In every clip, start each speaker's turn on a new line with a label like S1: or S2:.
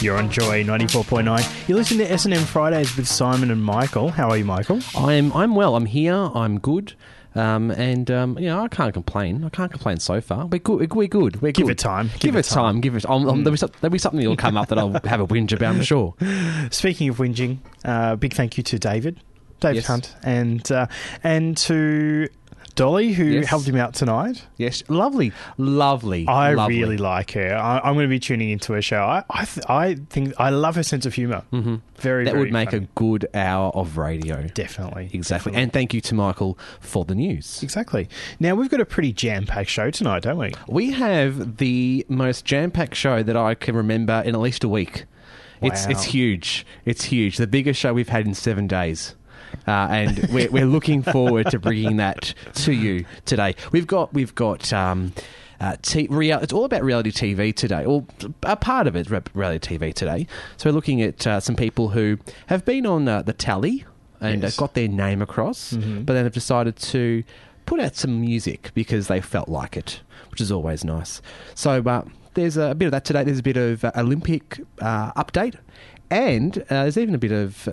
S1: You're on Joy 94.9. You listen to S&M Fridays with Simon and Michael. How are you, Michael?
S2: I'm I'm well. I'm here. I'm good. Um, and um, you know, I can't complain. I can't complain so far. We're good. We're good. We're
S1: Give
S2: good.
S1: it time.
S2: Give, it time. Give it. Um, um, there'll, be, some- there'll be something that'll come up that I'll have a whinge about. I'm sure.
S1: Speaking of whinging, uh, big thank you to David, David
S2: Yes.
S1: Hunt, and uh, and to Dolly who
S2: Yes.
S1: helped him out tonight.
S2: Yes. Lovely. Lovely.
S1: I
S2: lovely.
S1: really like her. I, I'm going to be tuning into her show. I I, th- I think I love her sense of humor. Mm-hmm. Very
S2: that
S1: very
S2: would make
S1: funny.
S2: a good hour of radio.
S1: definitely
S2: Exactly.
S1: definitely.
S2: And thank you to Michael for the news.
S1: exactly. Now we've got a pretty jam packed show tonight, don't we?
S2: We have the most jam-packed show that I can remember in at least a week. It's
S1: Wow.
S2: it's huge. It's huge. The biggest show we've had in seven days. Uh, and we're, we're looking forward to bringing that to you today. We've got we've got um, uh, t- real, it's all about reality TV today, or a part of it re- reality TV today. So we're looking at uh, some people who have been on uh, the tally and
S1: Yes.
S2: uh, got their name across,
S1: Mm-hmm.
S2: but then have decided to put out some music because they felt like it, which is always nice. So uh, there's a, bit of that today. There's a bit of uh, Olympic uh, update, and uh, there's even a bit of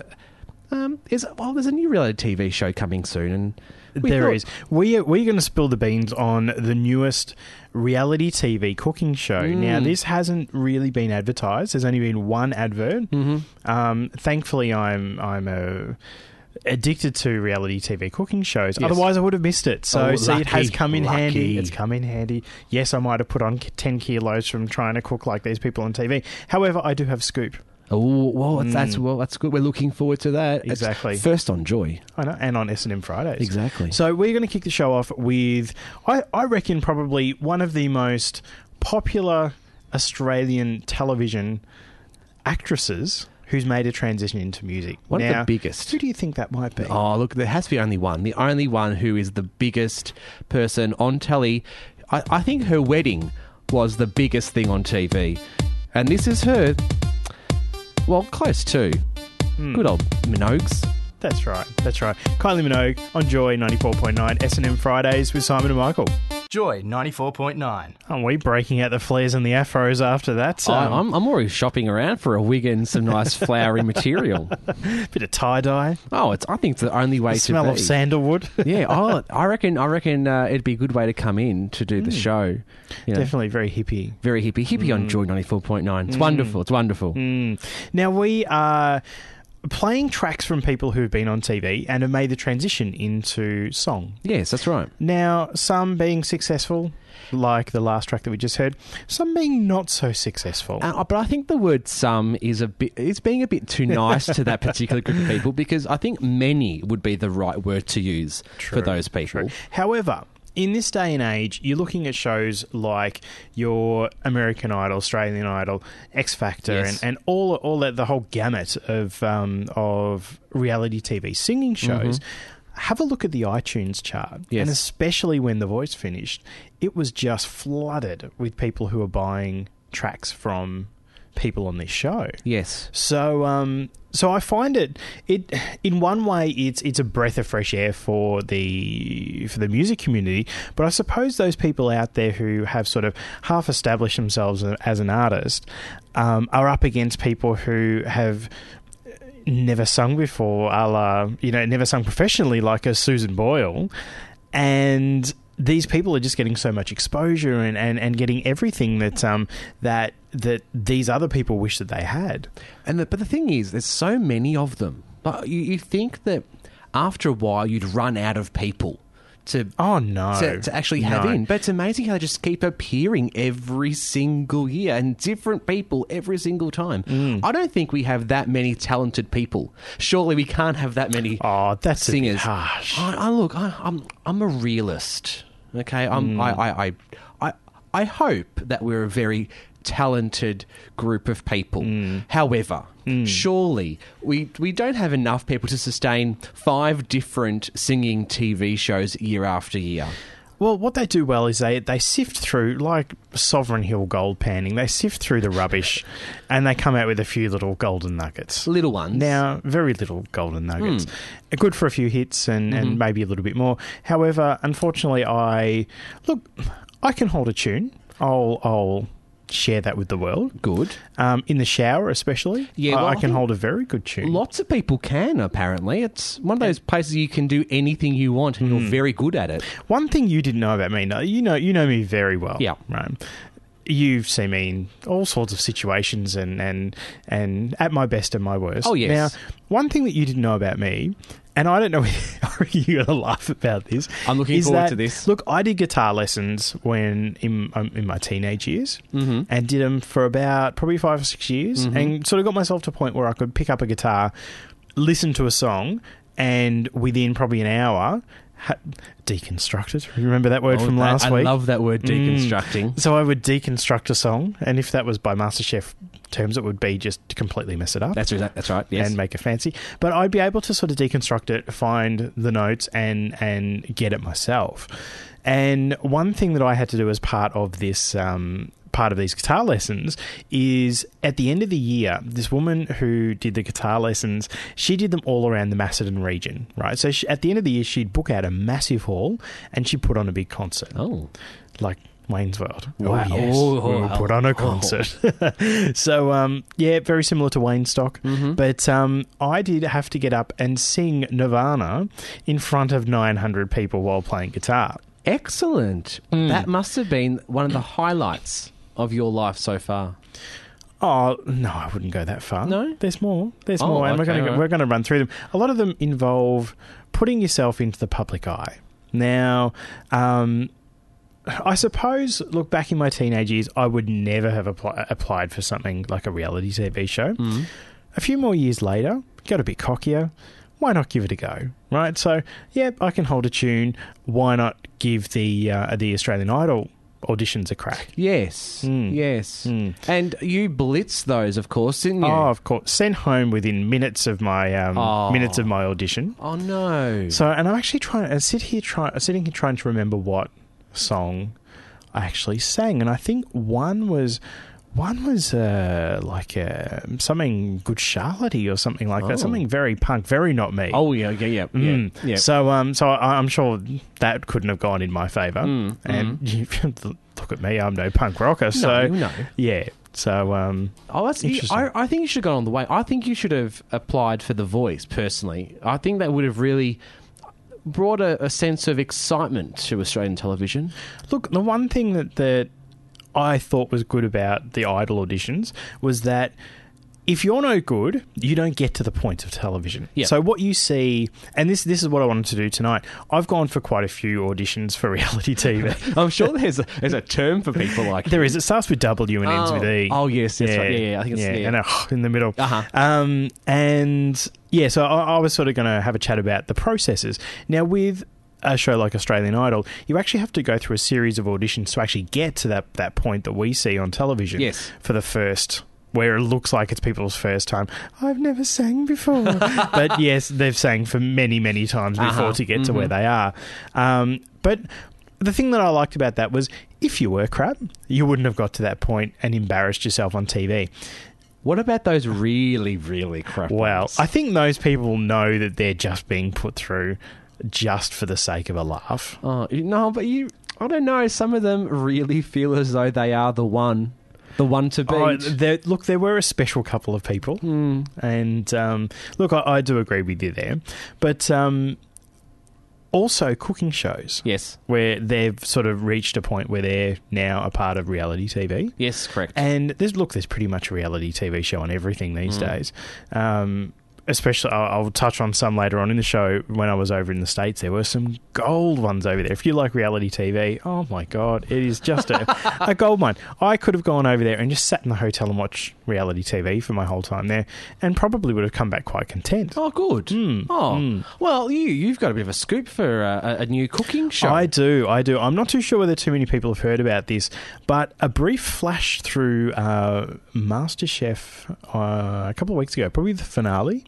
S2: um, is well, there's a new reality TV show coming soon, and we
S1: There
S2: thought-
S1: is. We are, we're going to spill the beans on the newest reality TV cooking show. Now,
S2: Mm.
S1: this hasn't really been advertised. There's only been one advert.
S2: Mm-hmm.
S1: Um, thankfully, I'm I'm a addicted to reality TV cooking shows.
S2: Yes.
S1: Otherwise, I would have missed it. So,
S2: Oh,
S1: see, it has
S2: lucky,
S1: come in handy.
S2: lucky.
S1: It's come in handy. Yes, I might have put on ten kilos from trying to cook like these people on TV. However, I do have scoop.
S2: Oh, well, that's, that's well, that's good. We're looking forward to that. It's
S1: Mm. Exactly.
S2: first on Joy.
S1: I know, and on S and M Fridays.
S2: Exactly.
S1: So we're going to kick the show off with, I, I reckon, probably one of the most popular Australian television actresses who's made a transition into music.
S2: One of the
S1: Now,
S2: biggest.
S1: Who do you think that might be?
S2: Oh, look, there has to be only one. The only one who is the biggest person on telly. I, I think her wedding was the biggest thing on TV. And this is her, well, close to.
S1: Hmm.
S2: Good old Minogues.
S1: That's right. That's right. Kylie Minogue on Joy ninety four point nine S and M Fridays with Simon and Michael.
S3: Joy 94.9.
S1: Aren't we breaking out the flares and the afros after that? Um, So
S2: I, I'm, I'm already shopping around for a wig and some nice flowery material.
S1: a bit of tie dye,
S2: Oh, it's. I think it's the only way
S1: the
S2: to
S1: smell
S2: be.
S1: of sandalwood.
S2: Yeah, oh, I reckon. I reckon uh, it'd be a good way to come in to do the show. You know,
S1: Hmm. Definitely Hmm. very hippie.
S2: very hippie, hippie on Joy ninety four point nine. It's wonderful. It's wonderful.
S1: Hmm. Mm. Now we are playing tracks from people who have been on TV and have made the transition into song.
S2: Yes, that's right.
S1: Now, some being successful, like the last track that we just heard, some being not so successful.
S2: Uh, but I think the word "some" is a bit is being a bit too nice to that particular group of people because I think many would be the right word to use
S1: True,
S2: for those people.
S1: True. However, in this day and age, you're looking at shows like your American Idol, Australian Idol, X Factor,
S2: Yes.
S1: and, and all all that the whole gamut of um, of reality TV singing shows. Have a look at the iTunes chart,
S2: Mm-hmm. Yes.
S1: and especially when The Voice finished, it was just flooded with people who were buying tracks from people on this show.
S2: Yes,
S1: So um so I find it it in one way it's it's a breath of fresh air for the for the music community, but I suppose those people out there who have sort of half established themselves a- as an artist um, are up against people who have never sung before, a la you know never sung professionally like a Susan Boyle, and these people are just getting so much exposure and, and, and getting everything that um that that these other people wish that they had.
S2: and the, but the thing is, there's so many of them. But you, you think that after a while you'd run out of people to
S1: Oh no!
S2: to, to actually have
S1: No.
S2: in. But it's amazing how they just keep appearing every single year and different people every single time. I don't think we have that many talented people. Surely we can't have that many
S1: Oh, that's a bit
S2: singers.
S1: harsh.
S2: I, I look, I, I'm I'm a realist. Okay,
S1: Mm.
S2: I'm, I, I, I I
S1: Mm.
S2: I hope that we're a very talented group of people. However, Surely we we don't have enough people to sustain five different singing TV shows year after year.
S1: Well, what they do well is they, they sift through, like Sovereign Hill gold panning, they sift through the rubbish and they come out with a few little golden nuggets.
S2: Little ones.
S1: Now, very little golden nuggets.
S2: Hmm.
S1: Good for a few hits and,
S2: Mm-hmm.
S1: and maybe a little bit more. However, unfortunately, I look, I can hold a tune. I'll, I'll share that with the world.
S2: Good.
S1: Um, in the shower, especially.
S2: Yeah,
S1: I,
S2: well,
S1: I
S2: I
S1: can
S2: think
S1: hold a very good tune.
S2: Lots of people can apparently. It's one of those places you can do anything you want and
S1: Mm.
S2: you're very good at it.
S1: One thing you didn't know about me, no, you know, you know me very well.
S2: Yeah.
S1: right. You've seen me in all sorts of situations, and and and at my best and my worst.
S2: Oh, yes.
S1: Now, one thing that you didn't know about me, and I don't know if you're gonna laugh about this.
S2: I'm looking
S1: is
S2: forward
S1: that-
S2: to this.
S1: Look, I did guitar lessons when in um, in my teenage years,
S2: Mm-hmm.
S1: and did them for about probably five or six years, and sort of got myself to a point where I could pick up a guitar, listen to a song, and within probably an hour. Ha- deconstruct it. Remember that word from
S2: I-
S1: last
S2: I,
S1: week? Mm.
S2: love Oh, that word deconstructing.
S1: so I would deconstruct a song, and if that was by MasterChef terms, it would be just to completely mess it up
S2: That's right. That's right. Yes.
S1: and make it fancy. But I'd be able to sort of deconstruct it, find the notes, and and get it myself. And one thing that I had to do as part of this. Um, Part of these guitar lessons is at the end of the year, this woman who did the guitar lessons, she did them all around the Macedon region, right? So she, at the end of the year, she'd book out a massive hall and she'd put on a big concert
S2: oh.
S1: like Wayne's World.
S2: Wow.
S1: Oh, yes.
S2: Oh,
S1: we will
S2: wow.
S1: put on a concert. so, um, yeah, very similar to Wayne Stock. But um, I did have to get up and sing Nirvana in front of 900 people while playing guitar.
S2: Excellent. That must have been one of the highlights of your life so far.
S1: Oh no, I wouldn't go that far.
S2: No?
S1: there's more. There's
S2: Oh,
S1: more, and we're
S2: okay,
S1: going
S2: all
S1: to
S2: right.
S1: we're going to run through them. A lot of them involve putting yourself into the public eye. Now, um, I suppose, look back in my teenage years, I would never have appli- applied for something like a reality TV show.
S2: Mm.
S1: A few more years later, got a bit cockier. Why not give it a go, right? So, yeah, I can hold a tune. Why not give the uh, the Australian Idol auditions a crack?
S2: Yes. Yes.
S1: Mm.
S2: And you blitz those, of course, didn't you?
S1: Oh, of course. Sent home within minutes of my um,
S2: Oh.
S1: minutes of my audition.
S2: Oh, no.
S1: So, and I'm actually trying. I sit here trying, sitting here trying to remember what song I actually sang, and I think one was. One was uh, like uh, something good Charlotte or something like
S2: Oh.
S1: that, something very punk, very not me.
S2: oh, yeah, yeah, yeah,
S1: Mm.
S2: yeah, yeah.
S1: So, um, so I, I'm sure that couldn't have gone in my favour. And you, look at me, I'm no punk rocker. So,
S2: Mm, no.
S1: yeah. So, um,
S2: Oh, that's, you,
S1: Interesting.
S2: I, I think you should have gone on the way. I think you should have applied for The Voice, personally. I think that would have really brought a, a sense of excitement to Australian television.
S1: Look, the one thing that that I thought was good about the Idol auditions was that if you're no good, you don't get to the point of television.
S2: Yeah.
S1: So what you see, and this this is what I wanted to do tonight. I've gone for quite a few auditions for reality TV.
S2: I'm sure there's a, there's a term for people like
S1: there is. It starts with W and ends
S2: Oh.
S1: with E.
S2: Oh, yes, that's right. Yeah, yeah, I think it's- yeah.
S1: and a in the middle.
S2: Uh-huh.
S1: Um, and yeah, so I, I was sort of going to have a chat about the processes. Now, with a show like Australian Idol, you actually have to go through a series of auditions to actually get to that, that point that we see on television
S2: Yes.
S1: for the first. Where it looks like it's people's first time. I've never sang before, but yes, they've sang for many, many times before
S2: Uh-huh.
S1: to get to where they are. Um, but the thing that I liked about that was, if you were crap, you wouldn't have got to that point and embarrassed yourself on TV.
S2: What about those really, really crap
S1: Well,
S2: ones?
S1: I think those people know that they're just being put through just for the sake of a laugh.
S2: Oh, you- no, but you, I don't know. Some of them really feel as though they are the one, the one to beat.
S1: Oh, there, look, there were a special couple of people, and um, look, I, I do agree with you there, but um, also cooking shows
S2: yes,
S1: where they've sort of reached a point where they're now a part of reality TV.
S2: yes, correct.
S1: And there's look, there's pretty much a reality TV show on everything these days. Um, especially I'll, I'll touch on some later on in the show when I was over in the states there were some gold ones over there if you like reality TV oh my god it is just a, a gold mine I could have gone over there and just sat in the hotel and watched reality TV for my whole time there and probably would have come back quite content
S2: Oh, good.
S1: Hmm,
S2: oh, well, you you've got a bit of a scoop for uh, a, a new cooking show.
S1: I do, I do. I'm not too sure whether too many people have heard about this, but a brief flash through uh, MasterChef uh, a couple of weeks ago, probably the finale,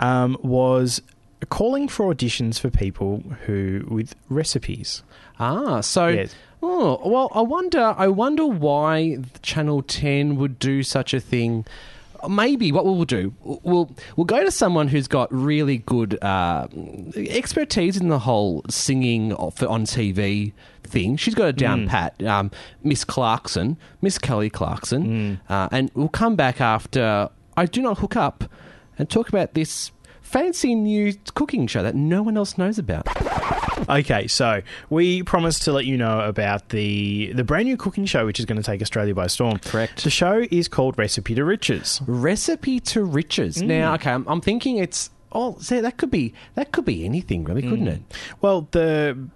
S1: um, was calling for auditions for people who with recipes.
S2: Ah, so
S1: Yes.
S2: oh well, I wonder. I wonder why Channel Ten would do such a thing. Maybe what we'll do, we'll we'll go to someone who's got really good uh, expertise in the whole singing of- for- on TV thing. She's got it down pat. Um, Miss Clarkson, Miss Kelly Clarkson, uh, and we'll come back after I do not hook up and talk about this fancy new cooking show that no one else knows about.
S1: Okay, so we promised to let you know about the the brand new cooking show which is going to take Australia by storm.
S2: Correct.
S1: The show is called Recipe to Riches.
S2: Recipe to riches. Now, okay, I'm, I'm thinking it's oh, see, that could be that could be anything, really, couldn't it?
S1: Well, the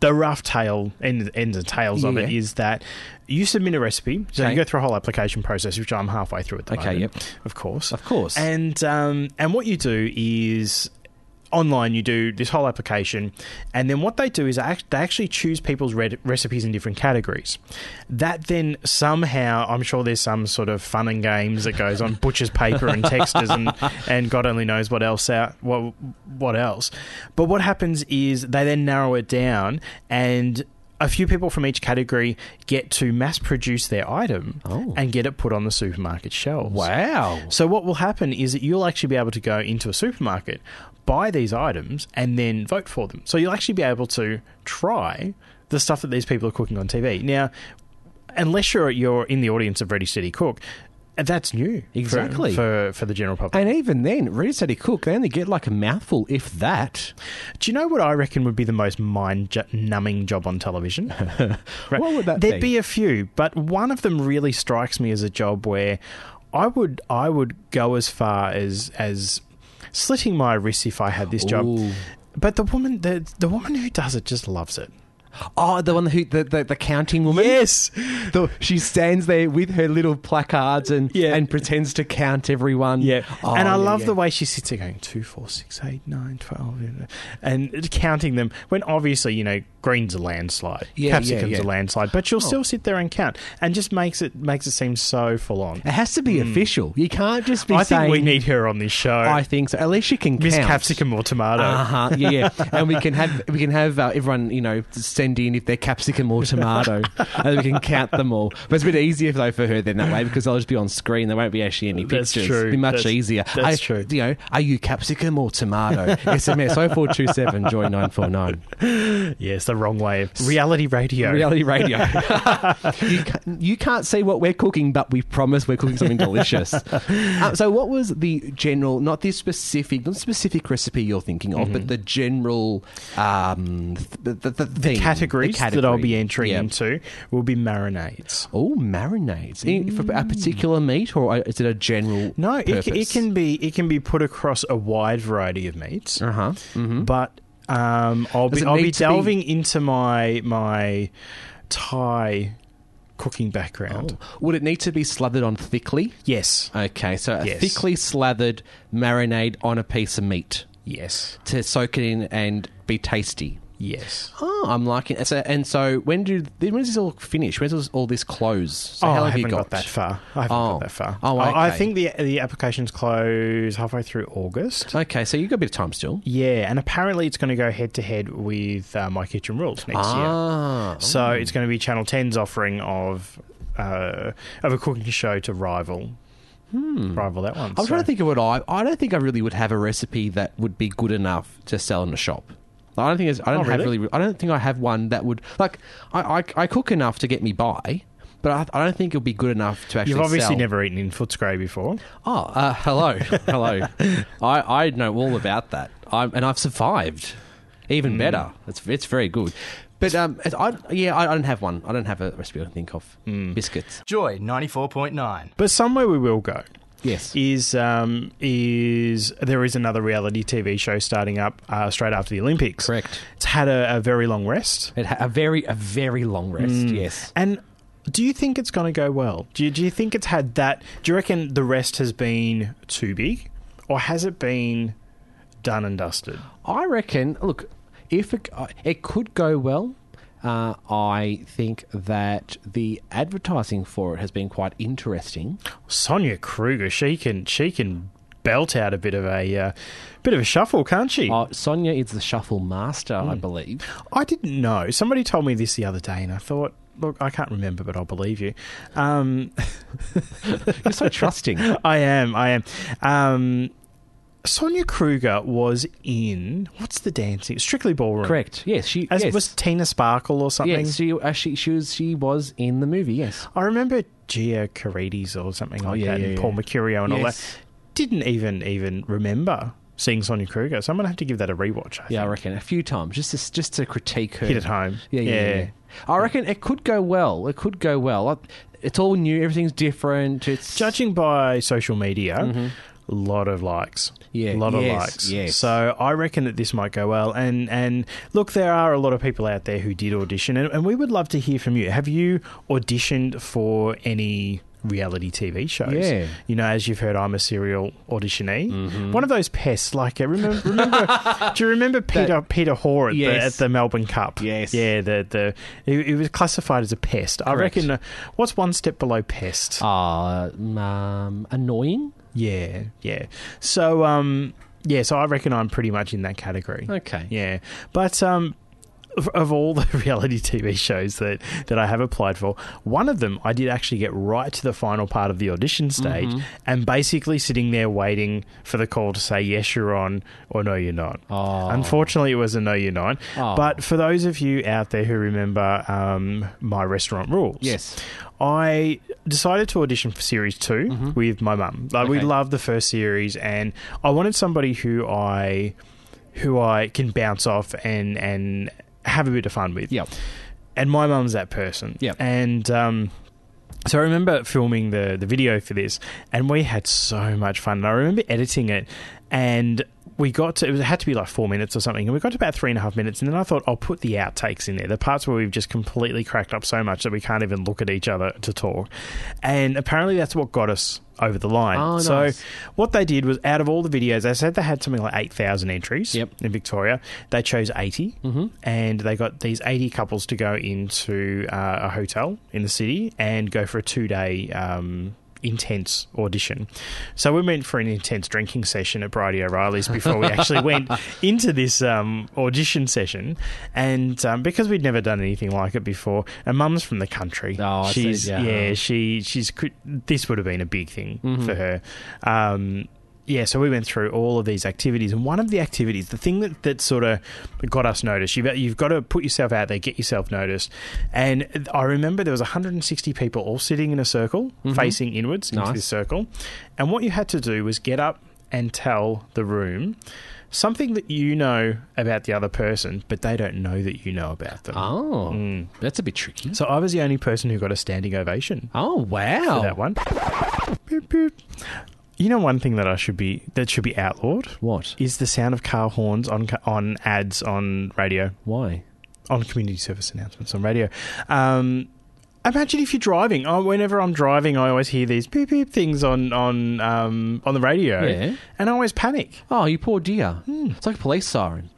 S1: the rough tale end, ends and tails of it
S2: Yeah.
S1: is that you submit a recipe, so
S2: Okay.
S1: you go through a whole application process, which I'm halfway through at the
S2: Okay,
S1: moment.
S2: yep.
S1: of course,
S2: Of course.
S1: And um, and what you do is online you do this whole application and then what they do is act- they actually choose people's red- recipes in different categories that then somehow i'm sure there's some sort of fun and games that goes on butcher's paper and texters and and god only knows what else out what what else but what happens is they then narrow it down and a few people from each category get to mass produce their item
S2: Oh.
S1: and get it put on the supermarket shelves
S2: Wow.
S1: so what will happen is that you'll actually be able to go into a supermarket, buy these items, and then vote for them. So you'll actually be able to try the stuff that these people are cooking on TV. Now, unless you're you're in the audience of Ready City Cook, that's new for-
S2: Exactly.
S1: for for, the general public.
S2: And even then, Ready Steady Cook, they only get like a mouthful, if that.
S1: Do you know what I reckon would be the most mind ju- numbing job on television? Right.
S2: What would that
S1: There'd
S2: be?
S1: be a few, but one of them really strikes me as a job where I would I would go as far as as slitting my wrists if I had this
S2: Ooh.
S1: job. But the woman the the woman who does it just loves it.
S2: Oh, the one who the, the, the counting woman.
S1: Yes.
S2: The, she stands there with her little placards and
S1: Yeah.
S2: and pretends to count everyone. Oh,
S1: and I
S2: yeah,
S1: love
S2: yeah.
S1: the way she sits there going, two, four, six, eight, nine, twelve, you know, and counting them when obviously, you know, green's a landslide.
S2: Yeah, yeah,
S1: capsicum's
S2: yeah. Oh.
S1: a landslide. But she'll still sit there and count and just makes it makes it seem so full on.
S2: It has to be official. You can't just be
S1: I
S2: saying.
S1: think we need her on this show.
S2: I think so. At least she can
S1: Miss
S2: count.
S1: Capsicum or Tomato.
S2: Uh huh. Yeah, yeah. and we can have we can have uh, everyone you know send in if they're capsicum or tomato, and we can count them all. But it's a bit easier though for her then that way because they'll just be on screen. There won't be actually any
S1: That's
S2: pictures.
S1: true.
S2: It'll be much
S1: That's-
S2: easier.
S1: that's
S2: I-
S1: true.
S2: You know, are you capsicum or tomato? SMS 0427 join nine four nine.
S1: Yes, the wrong way. Reality radio.
S2: Reality radio. you, ca- you can't see what we're cooking, but we promise we're cooking something delicious. Uh, so, what was the general, not the specific, not specific recipe you're thinking of,
S1: Mm-hmm.
S2: but the general um, th- the, the, the, thing,
S1: Categories
S2: the
S1: that I'll
S2: category?
S1: be entering
S2: Yeah.
S1: into will be marinades.
S2: Oh, marinades In- for a particular meat, or uh, is it a general?
S1: Mm. No, it, ca- it
S2: purpose?
S1: can be it can be put across a wide variety of meats.
S2: Uh huh.
S1: But um, I'll
S2: Does
S1: be
S2: it
S1: I'll
S2: need
S1: be
S2: to be-
S1: delving into my my Thai cooking background.
S2: Would it need to be slathered on thickly?
S1: Yes,
S2: Okay, so a
S1: Yes.
S2: thickly slathered marinade on a piece of meat
S1: yes,
S2: to soak it in and be tasty.
S1: yes.
S2: Oh, I'm liking it. So, and so, when do when does this all finish? When does all this close? So
S1: oh,
S2: how
S1: I
S2: have
S1: haven't
S2: you
S1: got? that far. I haven't
S2: Oh.
S1: got that far.
S2: Oh,
S1: I, I
S2: okay.
S1: think the the applications close halfway through August.
S2: Okay, so you have got a bit of time still.
S1: Yeah, and apparently it's going to go head to head with uh, My Kitchen Rules next year.
S2: Ah,
S1: So it's going to be Channel 10's offering of uh, of a cooking show to rival rival that one.
S2: I'm trying to think of what Hmm. I. I don't think I really would have a recipe that would be good enough to sell in a shop. I don't think it's, I don't
S1: Oh,
S2: have
S1: really?
S2: really. I don't think I have one that would like. I I, I cook enough to get me by, but I, I don't think it'll be good enough to actually.
S1: You've obviously
S2: sell.
S1: never eaten in Footscray before.
S2: Oh, uh, hello, hello. I, I know all about that, I'm, and I've survived.
S1: Hmm.
S2: Even better, it's it's very good. But um, it's- I, yeah, I, I don't have one.
S1: Hmm.
S2: I don't have a recipe I can think of. Biscuits.
S3: Joy 94.9.
S1: But somewhere we will go.
S2: Yes.
S1: is um, is there is another reality TV show starting up uh, straight after the Olympics.
S2: Correct.
S1: It's had a, a very long rest.
S2: It ha- a very a very long rest.
S1: Hmm.
S2: Yes.
S1: And do you think it's going to go well? Do you, do you think it's had that? Do you reckon the rest has been too big, or has it been done and dusted?
S2: I reckon. Look, if it, uh, it could go well, uh, I think that the advertising for it has been quite interesting.
S1: Sonia Kruger, she can she can belt out a bit of a uh, bit of a shuffle, can't she?
S2: Uh, Sonia is the shuffle master,
S1: Hmm.
S2: I believe.
S1: I didn't know. Somebody told me this the other day, and I thought, look, I can't remember, but I'll believe you. Um,
S2: You're so trusting.
S1: I am. I am. Um, Sonia Kruger was in what's the dancing? Strictly Ballroom.
S2: Correct. Yes, she
S1: As
S2: yes.
S1: was Tina Sparkle or something.
S2: Yes, she, uh, she she was she was in the movie. Yes.
S1: I remember Gia Carides or something like
S2: Oh, yeah,
S1: that,
S2: yeah,
S1: and
S2: yeah.
S1: Paul Mercurio and all
S2: Yes.
S1: that. Didn't even even remember seeing Sonia Kruger, so I'm gonna have to give that a rewatch. I
S2: Yeah, I
S1: think.
S2: reckon a few times just to, just to critique her.
S1: Hit it home.
S2: Yeah, yeah, yeah.
S1: Yeah.
S2: I reckon it could go well. It could go well. I- It's all new. Everything's different. It's
S1: Judging by social media. A lot of likes,
S2: Mm-hmm. Yeah,
S1: a lot of
S2: yes,
S1: likes.
S2: yes.
S1: So I reckon that this might go well. And and look, there are a lot of people out there who did audition, and, and we would love to hear from you. Have you auditioned for any reality TV shows?
S2: Yeah. Mm-hmm.
S1: You know, as you've heard, I'm a serial auditionee. One of those pests. Like, I remember, remember do you remember Peter Peter Hoare at, the,
S2: Yes.
S1: at the Melbourne Cup?
S2: Yes.
S1: Yeah. The the it, it was classified as a pest. I
S2: Correct.
S1: reckon. Uh, what's one step below pest?
S2: uh, um, annoying.
S1: Yeah, yeah. So, um, yeah. So I reckon I'm pretty much in that category.
S2: Okay.
S1: Yeah, but um, of, of all the reality TV shows that that I have applied for, one of them I did actually get right to the final part of the audition stage,
S2: Mm-hmm.
S1: and basically sitting there waiting for the call to say yes, you're on, or no, you're not.
S2: Oh.
S1: Unfortunately, it was a no, you're not.
S2: Oh.
S1: But for those of you out there who remember um, my restaurant rules,
S2: Yes.
S1: I decided to audition for series 2 with my mum. Like we
S2: Okay.
S1: loved the first series, and I wanted somebody who I who I can bounce off and and have a bit of fun with.
S2: Yep.
S1: And my mum's that person.
S2: Yep.
S1: And um, so I remember filming the the video for this, and we had so much fun. And I remember editing it, and we got to it, was, it had to be like four minutes or something, and we got to about three and a half minutes, and then I thought I'll put the outtakes in there, the parts where we've just completely cracked up so much that we can't even look at each other to talk. And apparently that's what got us over the line.
S2: Oh,
S1: so
S2: nice.
S1: what they did was out of all the videos, they said they had something like eight thousand entries
S2: Yep. Mm-hmm.
S1: in Victoria. They chose 80 and they got these eighty couples to go into uh, a hotel in the city and go for a two day. Um, Intense audition. So we went for an intense drinking session at Bridie O'Reilly's before we actually went into this um, audition session. And um, because we'd never done anything like it before, and mum's from the country.
S2: Oh, I see,
S1: she's,
S2: yeah.
S1: yeah, she she's could- this would have been a big thing for her. Um, yeah, so we went through all of these activities, and one of the activities, the thing that, that sort of got us noticed, you've you've got to put yourself out there, get yourself noticed. And I remember there was 160 people all sitting in a circle, facing inwards into
S2: Nice.
S1: this circle, and what you had to do was get up and tell the room something that you know about the other person, but they don't know that you know about them.
S2: Oh,
S1: Mm.
S2: that's a bit tricky.
S1: So I was the only person who got a standing ovation
S2: Oh wow.
S1: that one. Boop, boop. You know, one thing that I should be that should be outlawed
S2: What?
S1: is the sound of car horns on ca- on ads on radio
S2: Why?
S1: on community service announcements on radio. Um, imagine if you're driving. Oh, whenever I'm driving, I always hear these beep beep things on on um, on the radio,
S2: Yeah.
S1: and I always panic.
S2: Oh, you poor dear.
S1: Hmm.
S2: It's like a police siren.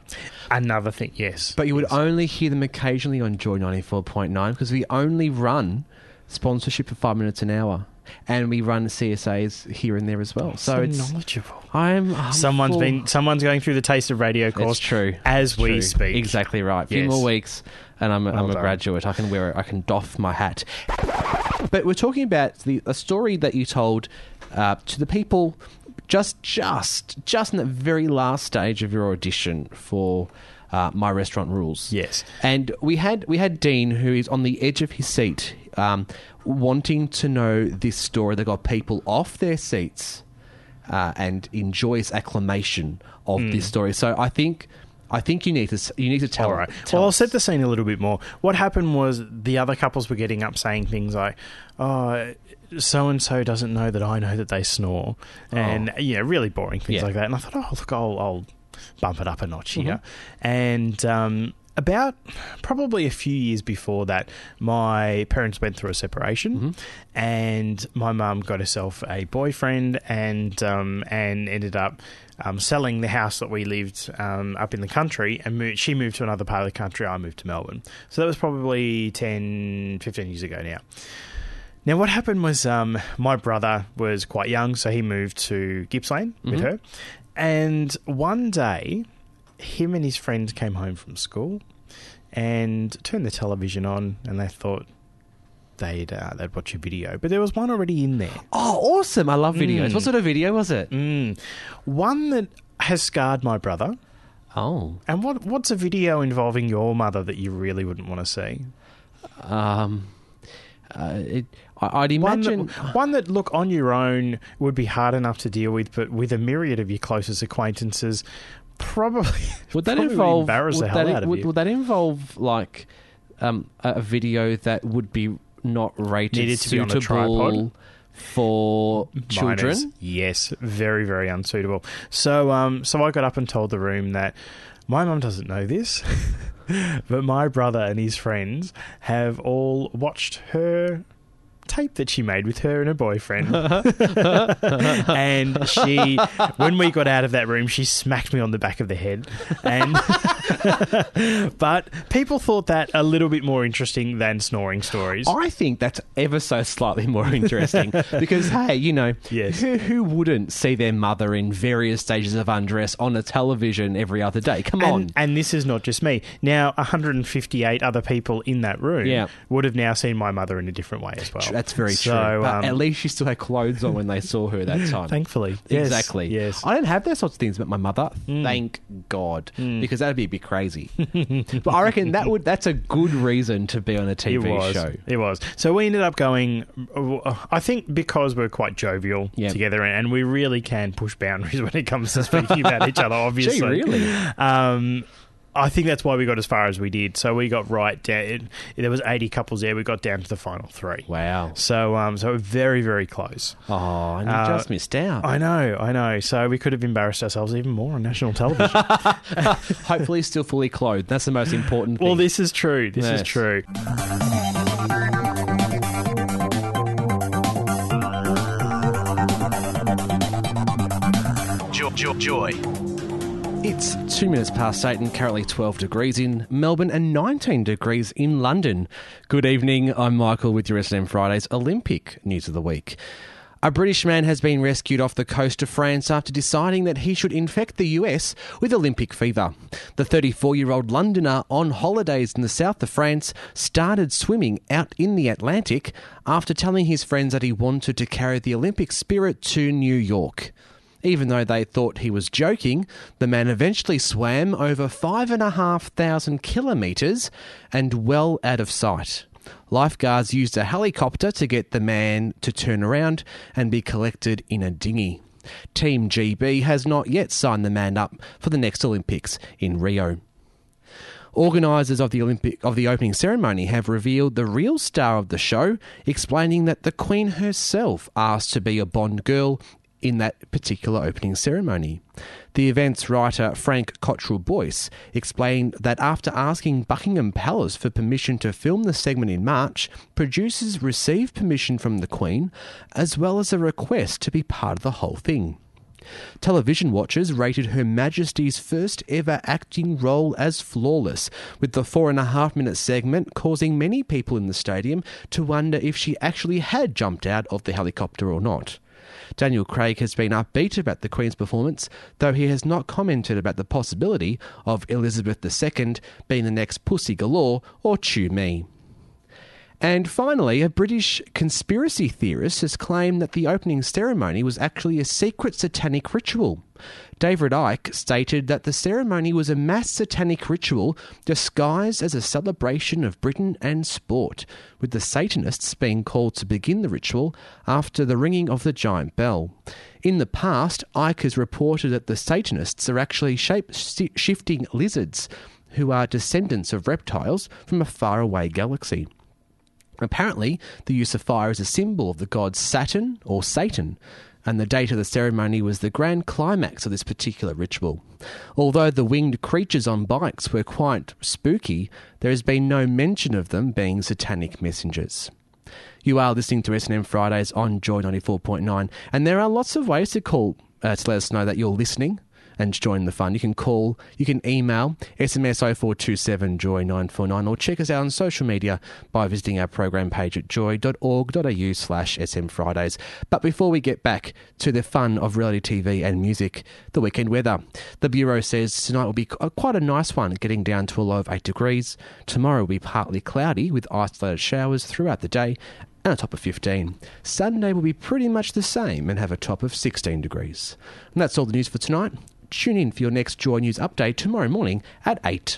S1: Another thing, yes,
S2: But you would
S1: Yes.
S2: only hear them occasionally on Joy 94.9 because we only run sponsorship for five minutes an hour. And we run CSAs here and there as well. So,
S1: so
S2: it's.
S1: knowledgeable.
S2: I'm. I'm
S1: Someone's
S2: full-
S1: been someone's going through the taste of radio
S2: It's
S1: course
S2: true.
S1: as
S2: It's
S1: we
S2: true.
S1: speak.
S2: Exactly right. A few
S1: Yes.
S2: more weeks, and I'm a, I'm a
S1: done.
S2: graduate. I can wear it. I can doff my hat. But we're talking about the a story that you told uh, to the people just just just in the very last stage of your audition for. Uh, my restaurant rules.
S1: Yes.
S2: and we had we had Dean who is on the edge of his seat, um, wanting to know this story that got people off their
S1: Hmm.
S2: seats uh, and in joyous acclamation of this story. So I think I think you need to s- you need to tell.
S1: All right.
S2: tell
S1: Well, I'll
S2: us.
S1: set the scene a little bit more. What happened was the other couples were getting up saying things like, oh, so and so doesn't know that I know that they snore. And, yeah, really boring things
S2: Oh. Yeah.
S1: like that. And I thought, oh, look, I'll, I'll bump it up a notch here.
S2: Mm-hmm.
S1: And um, about probably a few years before that, my parents went through a separation and my mum got herself a boyfriend and, um, and ended up um, selling the house that we lived um, up in the country, and mo- she moved to another part of the country. I moved to Melbourne. So that was probably 10, 15 years ago now. Now, what happened was um, my brother was quite young, so he moved to Gippsland with her. And one day, him and his friends came home from school and turned the television on, and they thought they'd, uh, they'd watch a video. But there was one already in there.
S2: Oh, awesome! I love videos.
S1: Hmm.
S2: What sort of video was it?
S1: Mm. One that has scarred my brother.
S2: Oh,
S1: And what what's a video involving your mother that you really wouldn't want to see?
S2: um, uh, it, I, I'd
S1: One
S2: imagine.
S1: that, one that look on your own would be hard enough to deal with, but with a myriad of your closest acquaintances, probably
S2: Would that
S1: probably
S2: involve?
S1: embarrass the
S2: would
S1: hell
S2: that,
S1: out of
S2: would,
S1: you?
S2: would that involve like um, a a video that would be not rated
S1: Needed to be on
S2: suitable
S1: a tripod?
S2: for
S1: Minors.
S2: children?
S1: yes, very very unsuitable. So um, so I got up and told the room that my mum doesn't know this. But my brother and his friends have all watched her tape that she made with her and her boyfriend. and she, when we got out of that room, she smacked me on the back of the head. And but people thought that a little bit more interesting than snoring stories.
S2: I think that's ever so slightly more interesting because, hey, you know,
S1: Yes.
S2: who, who wouldn't see their mother in various stages of undress on a television every other day? Come on.
S1: And, and this is not just me. Now, 158 other people in that room
S2: Yeah.
S1: would have now seen my mother in a different way as well.
S2: That's very
S1: so,
S2: true. But
S1: um,
S2: at least she still had clothes on when they saw her that time.
S1: thankfully, Yes,
S2: Exactly.
S1: Yes, Hmm.
S2: I don't have those sorts of things, but my mother, thank God, because that'd be a bit crazy. but I reckon that would that's a good reason to be on a TV
S1: it was.
S2: show.
S1: It was. So we ended up going. I think because we're quite jovial
S2: Yeah.
S1: together, and we really can push boundaries when it comes to speaking about each other. Obviously,
S2: really?
S1: Um, I think that's why we got as far as we did. So we got right down. There was eighty couples there. We got down to the final three.
S2: Wow.
S1: So, um, so very, very close.
S2: Oh, and you
S1: Uh,
S2: just missed out.
S1: I know, I know. So we could have embarrassed ourselves even more on national television.
S2: Hopefully, still fully clothed. That's the most important thing.
S1: well, this is true. This
S2: Yes.
S1: is true.
S3: Joy, joy, joy.
S2: It's two minutes past eight and currently 12 degrees in Melbourne and 19 degrees in London. Good evening, I'm Michael with your SNM Fridays Olympic News of the Week. A British man has been rescued off the coast of France after deciding that he should infect the US with Olympic fever. The 34 year old Londoner on holidays in the south of France started swimming out in the Atlantic after telling his friends that he wanted to carry the Olympic spirit to New York. Even though they thought he was joking, the man eventually swam over 5,500 kilometres and well out of sight. Lifeguards used a helicopter to get the man to turn around and be collected in a dinghy. Team GB has not yet signed the man up for the next Olympics in Rio. Organisers of the Olympic of the opening ceremony have revealed the real star of the show, explaining that the Queen herself asked to be a Bond girl in that particular opening ceremony. The event's writer Frank Cottrell Boyce explained that after asking Buckingham Palace for permission to film the segment in March, producers received permission from the Queen as well as a request to be part of the whole thing. Television watchers rated Her Majesty's first ever acting role as flawless, with the four and a half minute segment causing many people in the stadium to wonder if she actually had jumped out of the helicopter or not. Daniel Craig has been upbeat about the Queen's performance, though he has not commented about the possibility of Elizabeth II being the next Pussy Galore or Chew Me. And finally, a British conspiracy theorist has claimed that the opening ceremony was actually a secret satanic ritual. David Icke stated that the ceremony was a mass satanic ritual disguised as a celebration of Britain and sport, with the Satanists being called to begin the ritual after the ringing of the giant bell. In the past, Ike has reported that the Satanists are actually shape shifting lizards who are descendants of reptiles from a faraway galaxy. Apparently, the use of fire is a symbol of the god Saturn or Satan, and the date of the ceremony was the grand climax of this particular ritual. Although the winged creatures on bikes were quite spooky, there has been no mention of them being satanic messengers. You are listening to SNM Fridays on Joy 94.9, and there are lots of ways to call uh, to let us know that you're listening and join the fun. You can call, you can email, SMS 0427 Joy 949, or check us out on social media by visiting our program page at joy.org.au slash SM Fridays. But before we get back to the fun of reality TV and music, the weekend weather. The Bureau says tonight will be qu- quite a nice one, getting down to a low of 8 degrees. Tomorrow will be partly cloudy with isolated showers throughout the day. And a top of 15. Sunday will be pretty much the same and have a top of 16 degrees. And that's all the news for tonight. Tune in for your next Joy News update tomorrow morning at 8.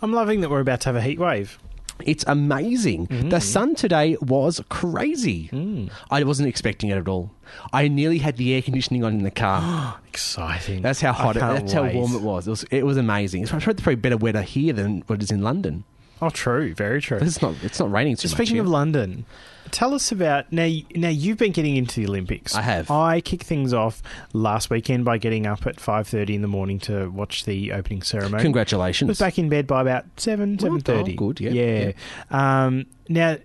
S1: I'm loving that we're about to have a heat wave.
S2: It's amazing.
S1: Mm-hmm.
S2: The sun today was crazy.
S1: Mm.
S2: I wasn't expecting it at all. I nearly had the air conditioning on in the car.
S1: Exciting.
S2: That's how hot it,
S1: I can't
S2: that's
S1: wait.
S2: how warm it was. It was, it was amazing. It's probably probably better weather here than what it is in London.
S1: Oh, true. Very true.
S2: But it's not it's not raining too
S1: Speaking
S2: much.
S1: of
S2: here.
S1: London, tell us about now. Now you've been getting into the Olympics.
S2: I have.
S1: I kicked things off last weekend by getting up at five thirty in the morning to watch the opening ceremony.
S2: Congratulations.
S1: Was back in bed by about seven
S2: Well
S1: seven
S2: done.
S1: thirty.
S2: Good, yeah,
S1: Yeah. Um, now,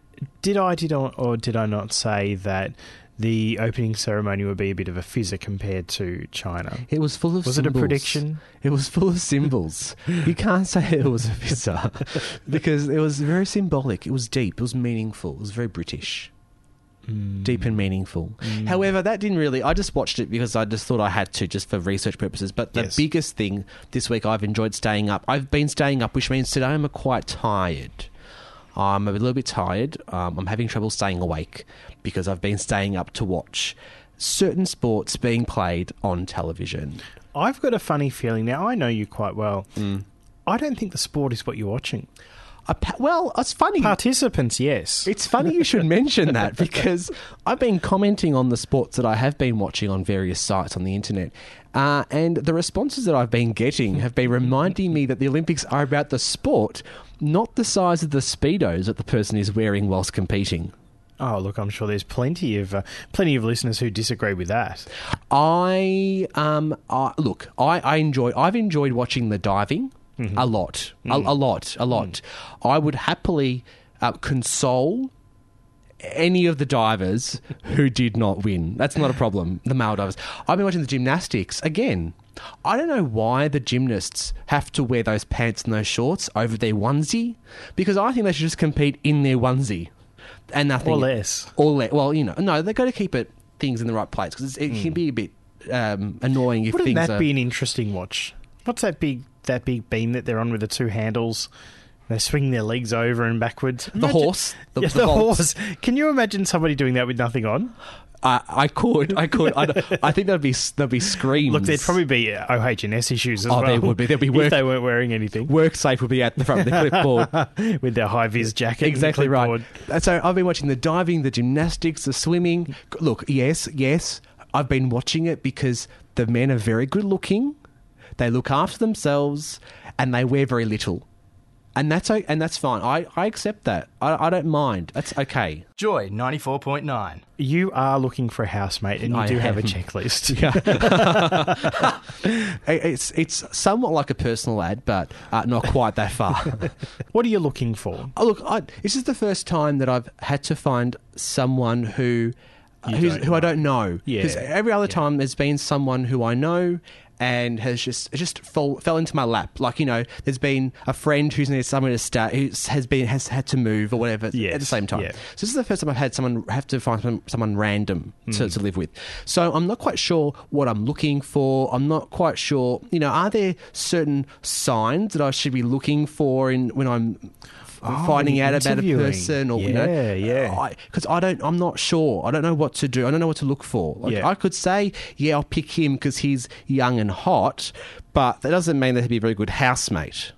S1: did I did I, or did I not say that the opening ceremony would be a bit of a fizzer compared to China?
S2: It was full of
S1: Was it a
S2: symbols.
S1: prediction?
S2: It was full of symbols. you can't say it was a pizza because it was very symbolic. It was deep. It was meaningful. It was very British.
S1: Mm.
S2: Deep and meaningful. However, that didn't really. I just watched it because I just thought I had to, just for research purposes. But the
S1: Yes.
S2: biggest thing this week, I've enjoyed staying up. I've been staying up, which means today I'm quite tired. I'm a little bit tired. Um, I'm having trouble staying awake because I've been staying up to watch certain sports being played on television.
S1: I've got a funny feeling now. I know you quite well.
S2: Mm.
S1: I don't think the sport is what you're watching.
S2: A pa- well, it's funny.
S1: Participants, yes.
S2: It's funny you should mention that because I've been commenting on the sports that I have been watching on various sites on the internet. Uh, and the responses that I've been getting have been reminding me that the Olympics are about the sport, not the size of the Speedos that the person is wearing whilst competing.
S1: Oh, look, I'm sure there's plenty of uh, plenty of listeners who disagree with that.
S2: I um I, look, I, I enjoy I've enjoyed watching the diving
S1: Mm-hmm.
S2: a lot. A,
S1: Mm.
S2: a lot, a lot. I would happily uh, console any of the divers who did not win. That's not a problem. The male divers. I've been watching the gymnastics again. I don't know why the gymnasts have to wear those pants and those shorts over their onesie because I think they should just compete in their onesie and nothing
S1: Or less.
S2: Or le- well, you know, no, they've got to keep it things in the right place because it can be a bit um, annoying if
S1: Wouldn't
S2: things
S1: Mm. that
S2: are.
S1: be an interesting watch? What's that big that big beam that they're on with the two handles? They swing their legs over and backwards.
S2: the horse, the,
S1: Yeah,
S2: the
S1: the,
S2: vaults.
S1: horse. Can you imagine somebody doing that with nothing on?
S2: I, I could, I could. I, I think there'd be there'd be screams.
S1: Look, there'd probably be uh, OH&S issues as
S2: Oh,
S1: well.
S2: there would be. There'd be
S1: if
S2: work-
S1: they weren't wearing anything
S2: WorkSafe would be at the front of the clipboard.
S1: with their high vis jacket. and
S2: exactly right.
S1: clipboard.
S2: And So I've been watching the diving, the gymnastics, the swimming. Look, yes, yes, I've been watching it because the men are very good looking. They look after themselves, and they wear very little, and that's o- and that's fine. I, I accept that. I, I don't mind. That's okay.
S3: Joy 94.9.
S1: You are looking for a housemate, and you
S2: I
S1: do have a
S2: am.
S1: checklist.
S2: It- It's it's somewhat like a personal ad, but uh, not quite that far.
S1: What are you looking for?
S2: Oh, look, I, this is the first time that I've had to find someone who uh,
S1: You
S2: who's,
S1: don't
S2: who I don't know.
S1: Yeah.
S2: every other time there's been someone who I know and has just just fall, fell into my lap. Like you know, there's been a friend who's near somewhere to stay who has been has had to move or whatever at the
S1: Yes,
S2: same time.
S1: yeah.
S2: So this is the first time I've had someone have to find some, someone random to,
S1: Mm.
S2: to live with. So I'm not quite sure what I'm looking for. I'm not quite sure. You know, are there certain signs that I should be looking for in when I'm finding out about a
S1: Oh, interviewing.
S2: person or you
S1: Yeah,
S2: know
S1: yeah.
S2: because I, don't I'm not sure I don't know what to do I don't know what to look for like,
S1: Yeah.
S2: I could say yeah I'll pick him because he's young and hot but that doesn't mean that he'd be a very good housemate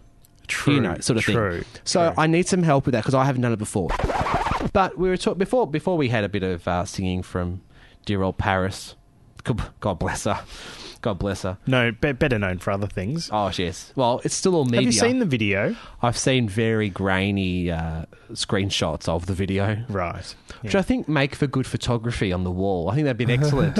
S1: True,
S2: you know sort of
S1: true,
S2: thing so
S1: true.
S2: I need some help with that because I haven't done it before but we were talking before before we had a bit of uh, singing from dear old Paris God- God bless her God bless her
S1: No, be- better known for other things.
S2: Oh yes. Well, it's still all media.
S1: Have you seen the video?
S2: I've seen very grainy uh, screenshots of the video,
S1: Right.
S2: which I think make for good photography on the wall. I think that'd be an excellent,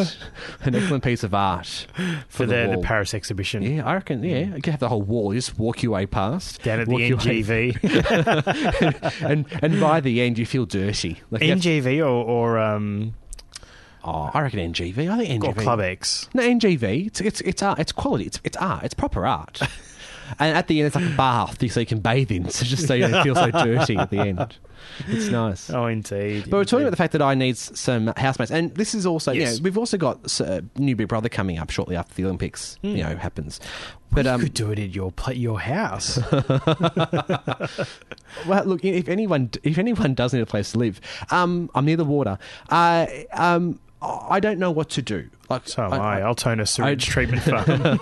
S2: an excellent piece of art for,
S1: For the, the
S2: wall.
S1: Paris exhibition.
S2: Yeah, I reckon. Yeah, you could have the whole wall. You just walk your way past
S1: Down at the
S2: walk your way-
S1: NGV.
S2: and and by the end you feel dirty. Like you have-
S1: NGV or, or um,
S2: oh, I reckon NGV. I think
S1: or
S2: NGV.
S1: Club X.
S2: No, NGV. It's it's it's art. It's quality. It's it's art. It's proper art. and at the end, it's like a bath, so you can bathe in. So just so you don't feel so dirty at the end. It's nice.
S1: Oh, indeed.
S2: But we're talking about the fact that I need s- some housemates, and this is also you
S1: Yes.
S2: know we've also got uh, new Big Brother coming up shortly after the Olympics you know happens. But
S1: you
S2: um,
S1: Hmm. could do it at your pla- your house.
S2: well, look if anyone if anyone does need a place to live, um, I'm near the water. I um, I don't know what to do. Like
S1: So am I. I'll turn a sewage
S2: I-
S1: treatment farm.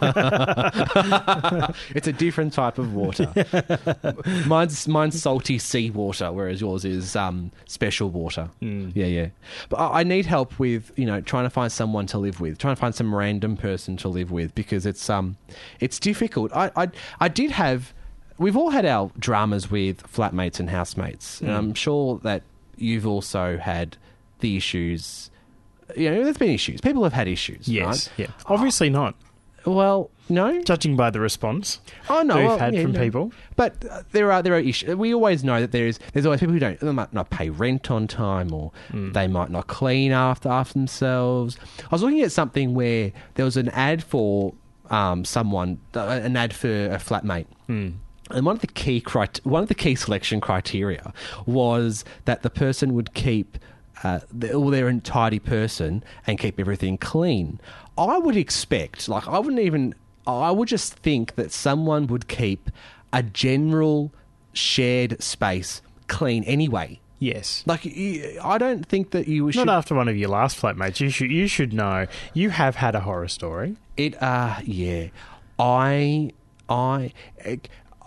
S2: it's a different type of water. mine's mine's salty sea water, whereas yours is um, special water. Yeah, yeah. But I, I need help with you know trying to find someone to live with, trying to find some random person to live with because it's um it's difficult. I I, I did have. We've all had our dramas with flatmates and housemates, and I'm sure that you've also had the issues. You know, there's been issues. People have had issues.
S1: yes.
S2: right?
S1: Yeah. Obviously not.
S2: Well, no.
S1: Judging by the response.
S2: Oh no,
S1: that we've
S2: well,
S1: had
S2: yeah,
S1: from
S2: no.
S1: people.
S2: But uh, there are there are issues. We always know that there is there's always people who don't they might not pay rent on time, or
S1: Hmm.
S2: they might not clean after after themselves. I was looking at something where there was an ad for um, someone, uh, an ad for a flatmate.
S1: Hmm.
S2: And one of the key crit- one of the key selection criteria was that the person would keep uh, the, well, they're an tidy person and keep everything clean. I would expect, like, I wouldn't even, I would just think that someone would keep a general shared space clean anyway.
S1: Yes.
S2: Like, you- I don't think that you should.
S1: not after one of your last flatmates. You should you should know. You have had a horror story.
S2: It, uh, yeah. I, I,